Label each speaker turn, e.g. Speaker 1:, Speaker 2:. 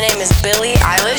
Speaker 1: name is Billie Eilish.